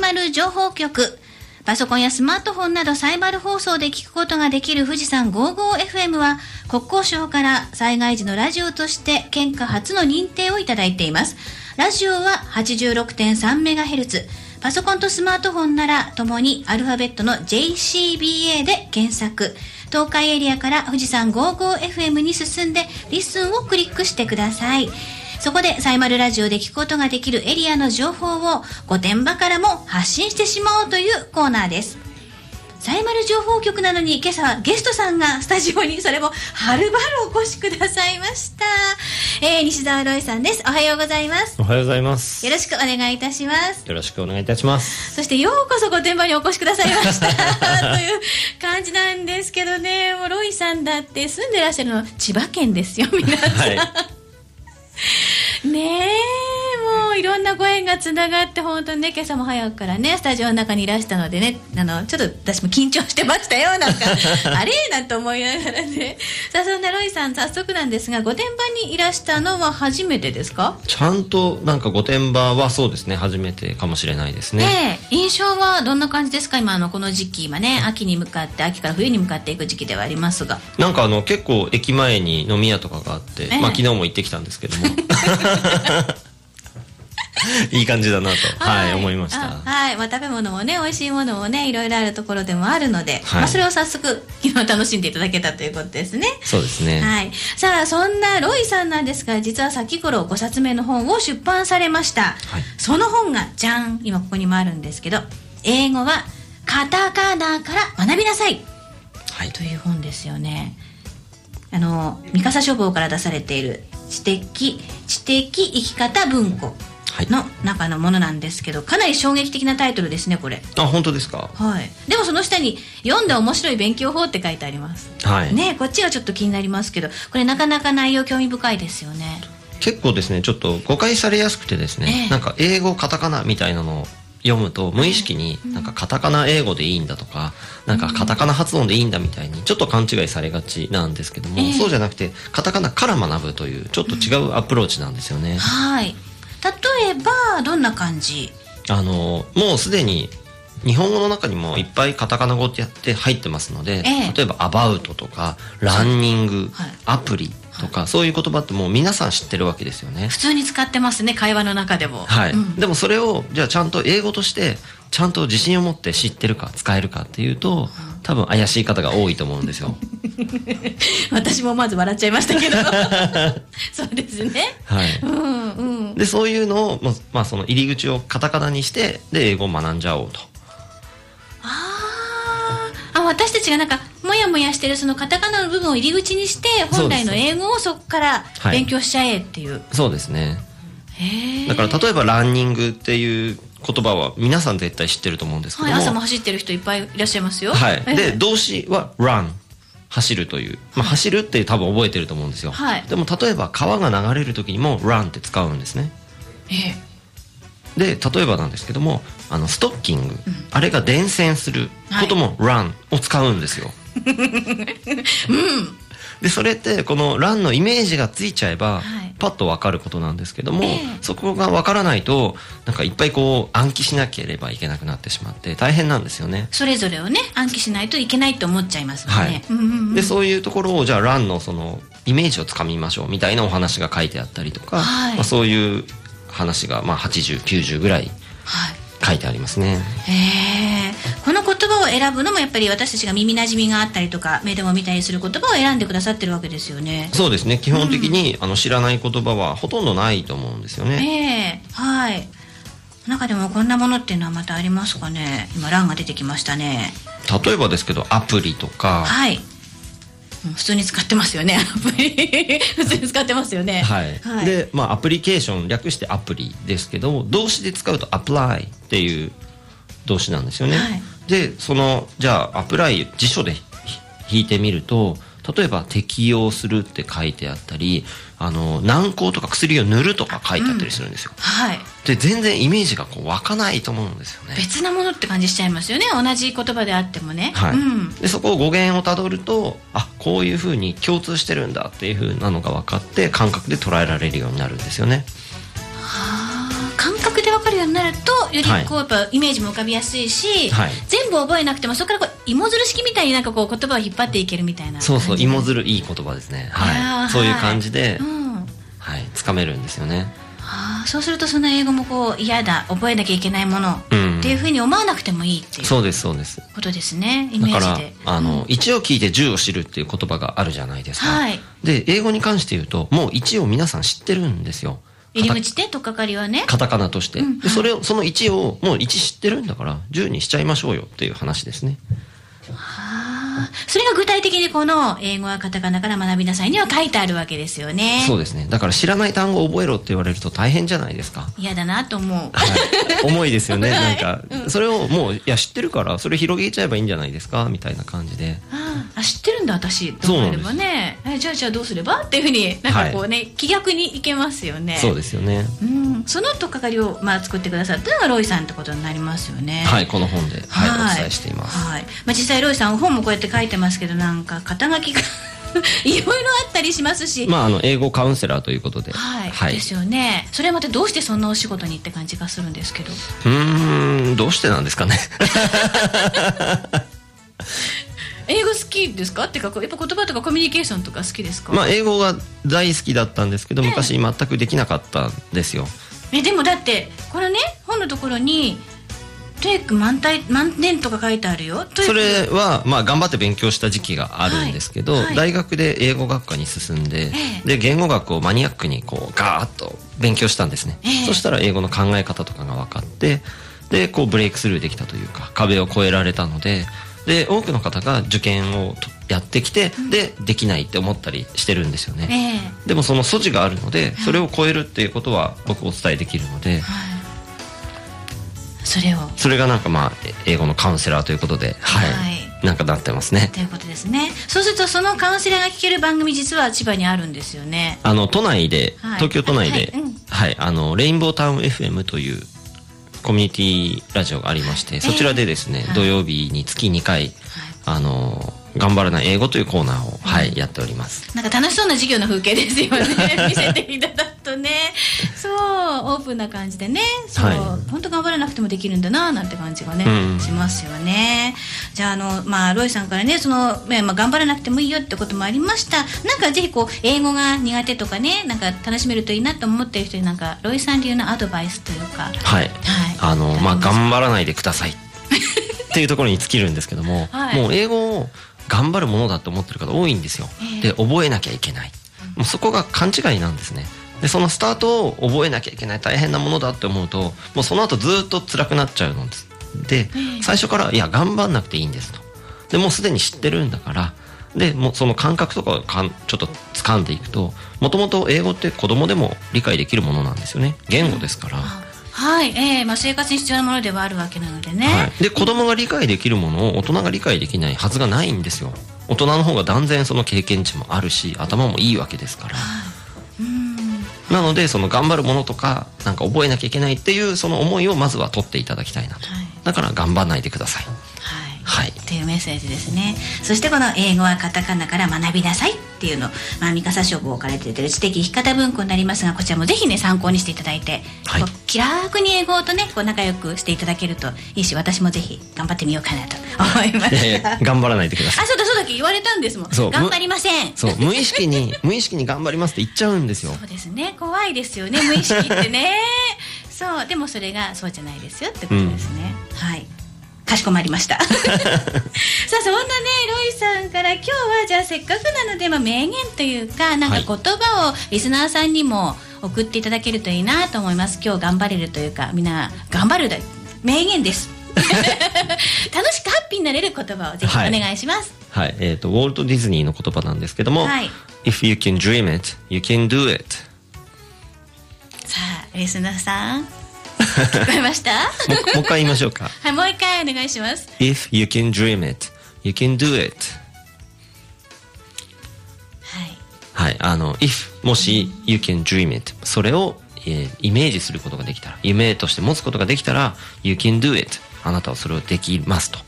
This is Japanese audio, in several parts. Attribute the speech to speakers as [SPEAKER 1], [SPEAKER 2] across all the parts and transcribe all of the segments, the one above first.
[SPEAKER 1] まる情報局パソコンやスマートフォンなどサイバル放送で聞くことができる富士山 55FM は国交省から災害時のラジオとして県下初の認定をいただいていますラジオは 86.3MHz パソコンとスマートフォンならともにアルファベットの JCBA で検索東海エリアから富士山 55FM に進んでリスンをクリックしてくださいそこでサイマルラジオで聞くことができるエリアの情報を御殿場からも発信してしまおうというコーナーですサイマル情報局なのに今朝はゲストさんがスタジオにそれもはるばるお越しくださいました、えー、西澤ロイさんですおはようございます
[SPEAKER 2] おはようございます
[SPEAKER 1] よろしくお願いいたします
[SPEAKER 2] よろしくお願いいたします
[SPEAKER 1] そしてようこそ御殿場にお越しくださいましたという感じなんですけどねもうロイさんだって住んでらっしゃるの千葉県ですよ皆さん、
[SPEAKER 2] はい
[SPEAKER 1] ねえもういろんなご縁がつながって本当にね今朝も早くからねスタジオの中にいらしたのでねあのちょっと私も緊張してましたよなん かあれなんて思いながらねさあそんなロイさん早速なんですが御殿場にいらしたのは初めてですか
[SPEAKER 2] ちゃんとなんか御殿場はそうですね初めてかもしれないですね
[SPEAKER 1] ねえ、印象はどんな感じですか今あのこの時期今ね秋に向かって秋から冬に向かっていく時期ではありますが
[SPEAKER 2] なんかあの結構駅前に飲み屋とかがあって、
[SPEAKER 1] ええ
[SPEAKER 2] まあ昨日も行ってきたんです けどもいい感じだなとはい、思いまし
[SPEAKER 1] あ
[SPEAKER 2] た
[SPEAKER 1] はい、まあ、食べ物もね美味しいものもねいろいろあるところでもあるので、
[SPEAKER 2] はい
[SPEAKER 1] まあ、それを早速昨日楽しんでいただけたということですね
[SPEAKER 2] そうですね、
[SPEAKER 1] はい、さあそんなロイさんなんですが実は先頃5冊目の本を出版されました、
[SPEAKER 2] い
[SPEAKER 1] その本がじゃん今ここにもあるんですけど英語はカタカナから学びなさい
[SPEAKER 2] はい
[SPEAKER 1] という本ですよねあの三笠書房から出されている知的知的生き方文庫
[SPEAKER 2] はい
[SPEAKER 1] の中のものなんですけどかなり衝撃的なタイトルですねこれ
[SPEAKER 2] あ本当ですか
[SPEAKER 1] はいでもその下に読んで面白い勉強法って書いてあります
[SPEAKER 2] はい、
[SPEAKER 1] ねこっちがちょっと気になりますけどこれなかなか内容興味深いですよね
[SPEAKER 2] 結構ですねちょっと誤解されやすくてですね、
[SPEAKER 1] ええ
[SPEAKER 2] なんか英語カタカナみたいなのを読むと無意識になんかカタカナ英語でいいんだとか、なんかカタカナ発音でいいんだみたいにちょっと勘違いされがちなんですけども、
[SPEAKER 1] ええ
[SPEAKER 2] そうじゃなくてカタカナから学ぶというちょっと違うアプローチなんですよね。
[SPEAKER 1] はい例えばどんな感じ
[SPEAKER 2] あのもうすでに日本語の中にもいっぱいカタカナ語ってやって入ってますので、
[SPEAKER 1] ええ
[SPEAKER 2] 例えば「アバウト」とか「ランニング」
[SPEAKER 1] はい
[SPEAKER 2] アプリ」とか、そういう言葉ってもう皆さん知ってるわけですよね
[SPEAKER 1] 普。通に使ってますね会話の中でも
[SPEAKER 2] はい
[SPEAKER 1] うん
[SPEAKER 2] でもそれをじゃあちゃんと英語としてちゃんと自信を持って知ってるか使えるかっていうと多分怪しい方が多いと思うんですよ。
[SPEAKER 1] 私もまず笑っちゃいましたけど そうですね
[SPEAKER 2] はい、
[SPEAKER 1] うんうん
[SPEAKER 2] でそういうのを、まあまあ、その入り口をカタカナにしてで英語を学んじゃおうと。
[SPEAKER 1] あーあ私たちがなんかモヤモヤしてるそのカタカナの部分を入り口にして本来の英語をそこから
[SPEAKER 2] はい
[SPEAKER 1] 勉強しちゃえっていう、
[SPEAKER 2] そうですね
[SPEAKER 1] へえ
[SPEAKER 2] だから例えば「ランニング」っていう言葉は皆さん絶対知ってると思うんですけど
[SPEAKER 1] は
[SPEAKER 2] も、
[SPEAKER 1] い、朝も走ってる人いっぱいいらっしゃいますよ
[SPEAKER 2] はい
[SPEAKER 1] ええ
[SPEAKER 2] で動詞は「run」走るという、まあ、走るって多分覚えてると思うんですよ、
[SPEAKER 1] はい
[SPEAKER 2] でも例えば川が流れる時にも「run」って使うんですね
[SPEAKER 1] ええ
[SPEAKER 2] で例えばなんですけどもあのストッキング、あれが伝染することも「run」を使うんで すよ、でそれってこの「run」のイメージがついちゃえば、
[SPEAKER 1] はい
[SPEAKER 2] パッと分かることなんですけども、
[SPEAKER 1] ええ
[SPEAKER 2] そこが分からないとなんかいっぱいこう暗記しなければいけなくなってしまって大変なんですよね
[SPEAKER 1] それぞれをね暗記しないといけないと思っちゃいますもんね、
[SPEAKER 2] はい
[SPEAKER 1] うんうんうん
[SPEAKER 2] でそういうところをじゃあ「ラン」のそのイメージをつかみましょうみたいなお話が書いてあったりとか、
[SPEAKER 1] はい
[SPEAKER 2] まあ、そういう話がまあ8090ぐらい
[SPEAKER 1] はい
[SPEAKER 2] 書いてありますね
[SPEAKER 1] へえこの言葉を選ぶのもやっぱり私たちが耳なじみがあったりとか目でも見たりする言葉を選んでくださってるわけですよね
[SPEAKER 2] そうですね基本的に、あの知らない言葉はほとんどないと思うんですよね、
[SPEAKER 1] ええはい中でもこんなものっていうのはまたありますかね今欄が出てきましたね
[SPEAKER 2] 例えばですけどアプリとか、
[SPEAKER 1] はいうん普通に使ってますよねアプリ 普通に使ってますよね
[SPEAKER 2] はい
[SPEAKER 1] はい、
[SPEAKER 2] で、まあ、アプリケーション略してアプリですけど動詞で使うと「アプライ」っていう動詞なんですよね、
[SPEAKER 1] はい
[SPEAKER 2] でそのじゃあ「アプライ」辞書でひ引いてみると例えば「適用する」って書いてあったり「あの軟膏」とか「薬を塗る」とか書いてあったりするんですよ、
[SPEAKER 1] はい
[SPEAKER 2] で全然イメージがこう湧かないと思うんですよね
[SPEAKER 1] 別なものって感じしちゃいますよね同じ言葉であってもね、
[SPEAKER 2] はい
[SPEAKER 1] うん、
[SPEAKER 2] でそこを語源をたどるとあこういうふうに共通してるんだっていうふうなのが分かって感覚で捉えられるようになるんですよね
[SPEAKER 1] あー感覚でわかるようになるとよりこうやっぱイメージも浮かびやすいし、
[SPEAKER 2] はい
[SPEAKER 1] 全部覚えなくてもそこからこう芋づる式みたいになんかこう言葉を引っ張っていけるみたいな
[SPEAKER 2] そうそう
[SPEAKER 1] 感じ
[SPEAKER 2] 芋づるいい言葉ですね
[SPEAKER 1] あ
[SPEAKER 2] は
[SPEAKER 1] ー
[SPEAKER 2] いそういう
[SPEAKER 1] はい
[SPEAKER 2] 感じで、
[SPEAKER 1] うん
[SPEAKER 2] はいつかめるんですよね
[SPEAKER 1] ああそうするとその英語もこう嫌だ覚えなきゃいけないもの、
[SPEAKER 2] うん
[SPEAKER 1] っていうふうに思わなくてもいいっていう
[SPEAKER 2] そうですそうです
[SPEAKER 1] ことですねイ
[SPEAKER 2] だ
[SPEAKER 1] メ
[SPEAKER 2] か
[SPEAKER 1] ー
[SPEAKER 2] ら
[SPEAKER 1] ジで
[SPEAKER 2] あ
[SPEAKER 1] うん
[SPEAKER 2] の、一を聞いて十を知るっていう言葉があるじゃないですか、
[SPEAKER 1] はい
[SPEAKER 2] で英語に関して言うともう一を皆さん知ってるんですよ
[SPEAKER 1] 入り口でとっかかりはね
[SPEAKER 2] カタカナとして、
[SPEAKER 1] うん
[SPEAKER 2] でそれをその1をもう1知ってるんだから10にしちゃいましょうよっていう話ですね
[SPEAKER 1] あーそれが具体的にこの英語はカタカナから学びなさいには書いてあるわけですよね
[SPEAKER 2] そうですねだから知らない単語を覚えろって言われると大変じゃないですか
[SPEAKER 1] 嫌だなと思う
[SPEAKER 2] はい、重いで すよね
[SPEAKER 1] 重い
[SPEAKER 2] なんか、それをもういや知ってるからそれ広げちゃえばいいんじゃないですかみたいな感じで
[SPEAKER 1] ああ知ってるんだ私と思えればねえじゃあじゃあどうすればっていうふうになんかこうね、気逆にいけますよね
[SPEAKER 2] そうですよね
[SPEAKER 1] うん、そのとっかかりを、まあ、作ってくださったのがロイさんってことになりますよね
[SPEAKER 2] はいこの本で、はいお伝えしています
[SPEAKER 1] はいまあ、実際ロイさん本もこうやって書いてますけどなんか肩書きが いろいろあったりしますし、
[SPEAKER 2] まああの英語カウンセラーということで
[SPEAKER 1] はい、ですよねそれまたどうしてそんなお仕事にって感じがするんですけど
[SPEAKER 2] うーんどうしてなんですか ね
[SPEAKER 1] 英語好きですかっていうかこうやっぱ言葉とかコミュニケーションとか好きですか、
[SPEAKER 2] まあ英語が大好きだったんですけど昔全くできなかったんですよ
[SPEAKER 1] えでもだってこれね本のところにテイク満体満点とか書いてあるよという
[SPEAKER 2] それは、まあ、頑張って勉強した時期があるんですけど、
[SPEAKER 1] はいはい
[SPEAKER 2] 大学で英語学科に進んで、
[SPEAKER 1] ええ
[SPEAKER 2] で言語学をマニアックにこうガーッと勉強したんですね、
[SPEAKER 1] ええ
[SPEAKER 2] そしたら英語の考え方とかが分かってでこうブレイクスルーできたというか壁を越えられたのでで多くの方が受験をとやってきて、でできないって思ったりしてるんですよね、
[SPEAKER 1] ええ
[SPEAKER 2] でもその素地があるのでそれを超えるっていうことは僕お伝えできるので
[SPEAKER 1] はいそれを
[SPEAKER 2] それがなんかまあえ英語のカウンセラーということではい、
[SPEAKER 1] はい
[SPEAKER 2] なんかなってますね
[SPEAKER 1] ということですねそうするとそのカウンセラーが聞ける番組実は千葉にあるんですよね
[SPEAKER 2] あの都内で、
[SPEAKER 1] はい
[SPEAKER 2] 東京都内で、
[SPEAKER 1] は
[SPEAKER 2] はいい
[SPEAKER 1] うん
[SPEAKER 2] あのレインボータウン FM というコミュニティラジオがありまして、そちらでですね、
[SPEAKER 1] はい
[SPEAKER 2] 土曜日に月2回、あの頑張らない英語というコーナーを、はいやっております。
[SPEAKER 1] なんか楽しそうな授業の風景ですよね 見せていただくとねそうオープンな感じでねそう、
[SPEAKER 2] は
[SPEAKER 1] 本当頑張らなくてもできるんだななんて感じがね、
[SPEAKER 2] うん
[SPEAKER 1] しますよねじゃああの、まあ、ロイさんからねその、ねまあ、頑張らなくてもいいよってこともありましたなんかぜひこう英語が苦手とかねなんか楽しめるといいなと思ってる人になんかロイさん流のアドバイスというか
[SPEAKER 2] はい、あのまあ
[SPEAKER 1] 張
[SPEAKER 2] 頑張らないでくだ さいっていうところに尽きるんですけども、
[SPEAKER 1] はい
[SPEAKER 2] もう英語を頑張るものだと思ってる方多いんですよ。
[SPEAKER 1] ええ
[SPEAKER 2] で覚えなきゃいけない。もうそこが勘違いなんですね。でそのスタートを覚えなきゃいけない大変なものだって思うともうその後ずっと辛くなっちゃうのです。で
[SPEAKER 1] ええ
[SPEAKER 2] 最初からいや頑張んなくていいんですと。でもうすでに知ってるんだから。でもうその感覚とかをかんちょっと掴んでいくともともと英語って子供でも理解できるものなんですよね言語ですから、
[SPEAKER 1] はい、ええまあ、生活に必要なものではあるわけなのでね、
[SPEAKER 2] はい、で子供が理解できるものを大人が理解できないはずがないんですよ大人の方が断然その経験値もあるし頭もいいわけですから
[SPEAKER 1] うん
[SPEAKER 2] なのでその頑張るものとかなんか覚えなきゃいけないっていうその思いをまずは取っていただきたいなと
[SPEAKER 1] はい
[SPEAKER 2] だから頑張らないでください
[SPEAKER 1] はい
[SPEAKER 2] はい
[SPEAKER 1] っていうメッセージですねそしてこの「英語はカタカナから学びなさい」っていうの、まあ、三笠書房から出てる知的生き方文庫になりますがこちらもぜひね参考にしていただいて、
[SPEAKER 2] はい
[SPEAKER 1] こう気楽に英語とねこう仲良くしていただけるといいし私もぜひ頑張ってみようかなと思いま
[SPEAKER 2] いやい
[SPEAKER 1] し
[SPEAKER 2] や
[SPEAKER 1] た。
[SPEAKER 2] 頑張らないでください
[SPEAKER 1] あそうだそうだって言われたんですもん
[SPEAKER 2] そう
[SPEAKER 1] 頑張りません
[SPEAKER 2] そう無意識に無意識に頑張りますって言っちゃうんですよ
[SPEAKER 1] そうですね怖いですよね無意識って ねそうでもそれがそうじゃないですよってことですね、はいかしこまりま したさあそんなねロイさんから今日はじゃあせっかくなので、まあ、名言というかなんか言
[SPEAKER 2] はい
[SPEAKER 1] 葉をリスナーさんにも送っていただけるといいなと思います今日頑張れるというかみんな頑張るだ名言です 楽しくハッピーになれる言葉をぜひお願いします、
[SPEAKER 2] はいえっ、とウォルト・ディズニーの言葉なんですけども、
[SPEAKER 1] はい
[SPEAKER 2] If you can dream it, you can do it
[SPEAKER 1] さあリスナーさん 聞こえました
[SPEAKER 2] もうもう一回言いましょうか
[SPEAKER 1] はい、もう一回お願いします。
[SPEAKER 2] If you can dream it, you can do it.
[SPEAKER 1] はい。
[SPEAKER 2] はい、あの、if もし you can dream it それを、えーイメージすることができたら、夢として持つことができたら、you can do it あなたはそれをできますと。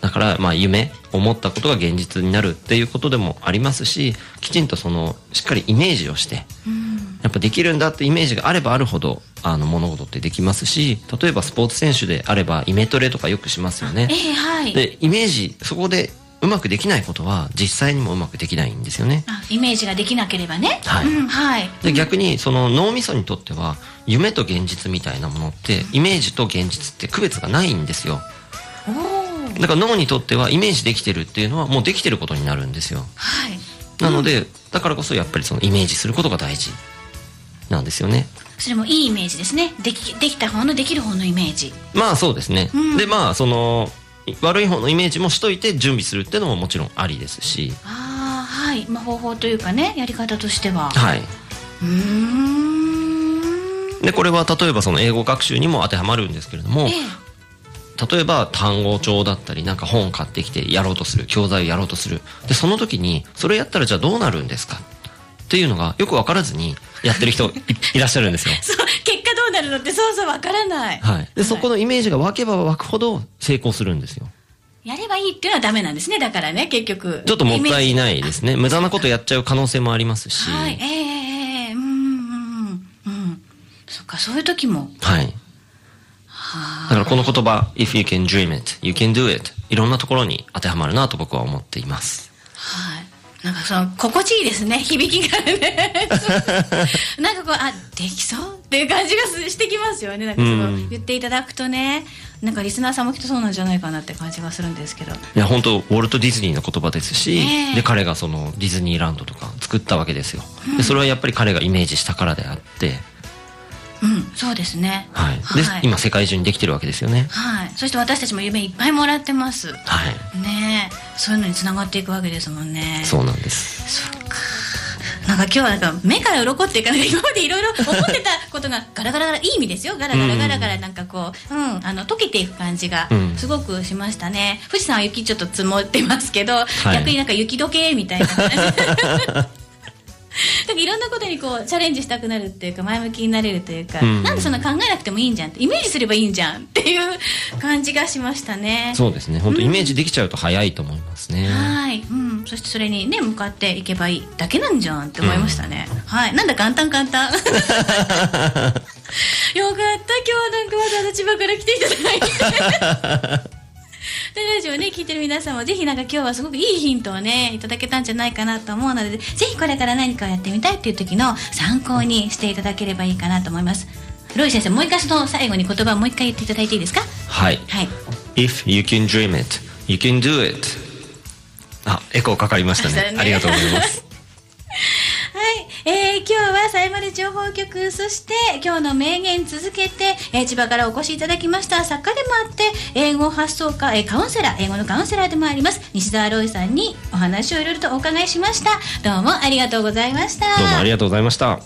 [SPEAKER 2] だから、まあ、夢、思ったことが現実になるっていうことでもありますし、きちんとその、しっかりイメージをして、
[SPEAKER 1] うん。
[SPEAKER 2] やっぱできるんだってイメージがあればあるほどあの物事ってできますし例えばスポーツ選手であればイメトレとかよくしますよね
[SPEAKER 1] ええはい
[SPEAKER 2] でイメージそこでうまくできないことは実際にもうまくできないんですよね
[SPEAKER 1] あイメージができなければね
[SPEAKER 2] はい
[SPEAKER 1] うんはい、
[SPEAKER 2] で逆にその脳みそにとっては夢と現実みたいなものってイメージと現実って区別がないんですよ
[SPEAKER 1] おお
[SPEAKER 2] だから脳にとってはイメージできてるっていうのはもうできてることになるんですよ
[SPEAKER 1] はい
[SPEAKER 2] なので、だからこそやっぱりそのイメージすることが大事なんですよね
[SPEAKER 1] それもいいイメージですねできできた方のできる方のイメージ
[SPEAKER 2] まあそうですね、
[SPEAKER 1] うん
[SPEAKER 2] でまあそのい悪い方のイメージもしといて準備するっていうのももちろんありですし
[SPEAKER 1] ああはい、まあ、方法というかねやり方としては
[SPEAKER 2] はいう
[SPEAKER 1] ーん
[SPEAKER 2] でこれは例えばその英語学習にも当てはまるんですけれども、
[SPEAKER 1] ええ
[SPEAKER 2] 例えば単語帳だったりなんか本買ってきてやろうとする教材をやろうとするでその時にそれやったらじゃあどうなるんですかっていうのがよく分からずにやってる人いいらっしゃるんですよ。
[SPEAKER 1] そう結果どうなるのってそうそうわからない、
[SPEAKER 2] はい、でそこ
[SPEAKER 1] の
[SPEAKER 2] のイメージが湧けば湧くほど成功するんですよ
[SPEAKER 1] やればいいっていうのはダメなんですねだからね結局
[SPEAKER 2] ちょっともったい
[SPEAKER 1] い
[SPEAKER 2] ないですね無駄なことやっちゃう可能性もありますし、
[SPEAKER 1] はいええええうんうんうんうんそっかそういう時も
[SPEAKER 2] はい。だからこの言葉、if you can dream it, you can do it いろんなところに当てはまるなと僕は思っています。
[SPEAKER 1] はいなんかその心地いいですね 響きが ねなんかこうあできそうっていう感じがすしてきますよねなんかその、
[SPEAKER 2] うん
[SPEAKER 1] 言っていただくとねなんかリスナーさんもきっとそうなんじゃないかなって感じがするんですけど
[SPEAKER 2] いや本当ウォルト・ディズニーの言葉ですし、
[SPEAKER 1] ねえ
[SPEAKER 2] で彼がそのディズニーランドとか作ったわけですよ。でそれはやっぱり彼がイメージしたからであって、
[SPEAKER 1] うんそうですね
[SPEAKER 2] はい。で、
[SPEAKER 1] はい、
[SPEAKER 2] 今世界中にできてるわけですよね。
[SPEAKER 1] はい、そして私たちも夢いっぱいもらってます
[SPEAKER 2] はい。
[SPEAKER 1] ねえそういうのにつながっていくわけですもんね
[SPEAKER 2] そうなんです。
[SPEAKER 1] そっかなんか今日はなんか目から鱗っていうかなんか今までいろいろ思ってたことがガラガラガラいい意味ですよガラガラガラガラなんかこう、うんあの溶けていく感じが
[SPEAKER 2] うん
[SPEAKER 1] すごくしましたね、富士山は雪ちょっと積もってますけど、
[SPEAKER 2] い
[SPEAKER 1] 逆になんか雪解けみた いな感じなんかいろんなことにこうチャレンジしたくなるっていうか前向きになれるというか、
[SPEAKER 2] うん
[SPEAKER 1] なんでそんな考えなくてもいいんじゃんってイメージすればいいんじゃんっていう感じがしましたね。
[SPEAKER 2] そうですね。本当イメージできちゃうと早いと思いますね。
[SPEAKER 1] はい、うん、そしてそれにね向かっていけばいいだけなんじゃんって思いましたね、はいなんだ簡単簡単よかった今日はなんかわざわざ千葉から来ていただいて でラジオね聞いてる皆さんもぜひなんか今日はすごくいいヒントをねいただけたんじゃないかなと思うのでぜひこれから何かをやってみたいっていう時の参考にしていただければいいかなと思いますロイ先生もう一回その最後に言葉をもう一回言っていただいていいですか
[SPEAKER 2] はい。
[SPEAKER 1] はい
[SPEAKER 2] If you can dream it, you can do it あ、エコーかかりました
[SPEAKER 1] そうだ
[SPEAKER 2] ね
[SPEAKER 1] ね。
[SPEAKER 2] ありがとうございます。
[SPEAKER 1] はい、えー、今日はさいまる情報局そして今日の名言続けて、えー千葉からお越しいただきました作家でもあって英語発想家、えーカウンセラー英語のカウンセラーでもあります西澤ロイさんにお話をいろいろとお伺いしましたどうもありがとうございました
[SPEAKER 2] どうもありがとうございました。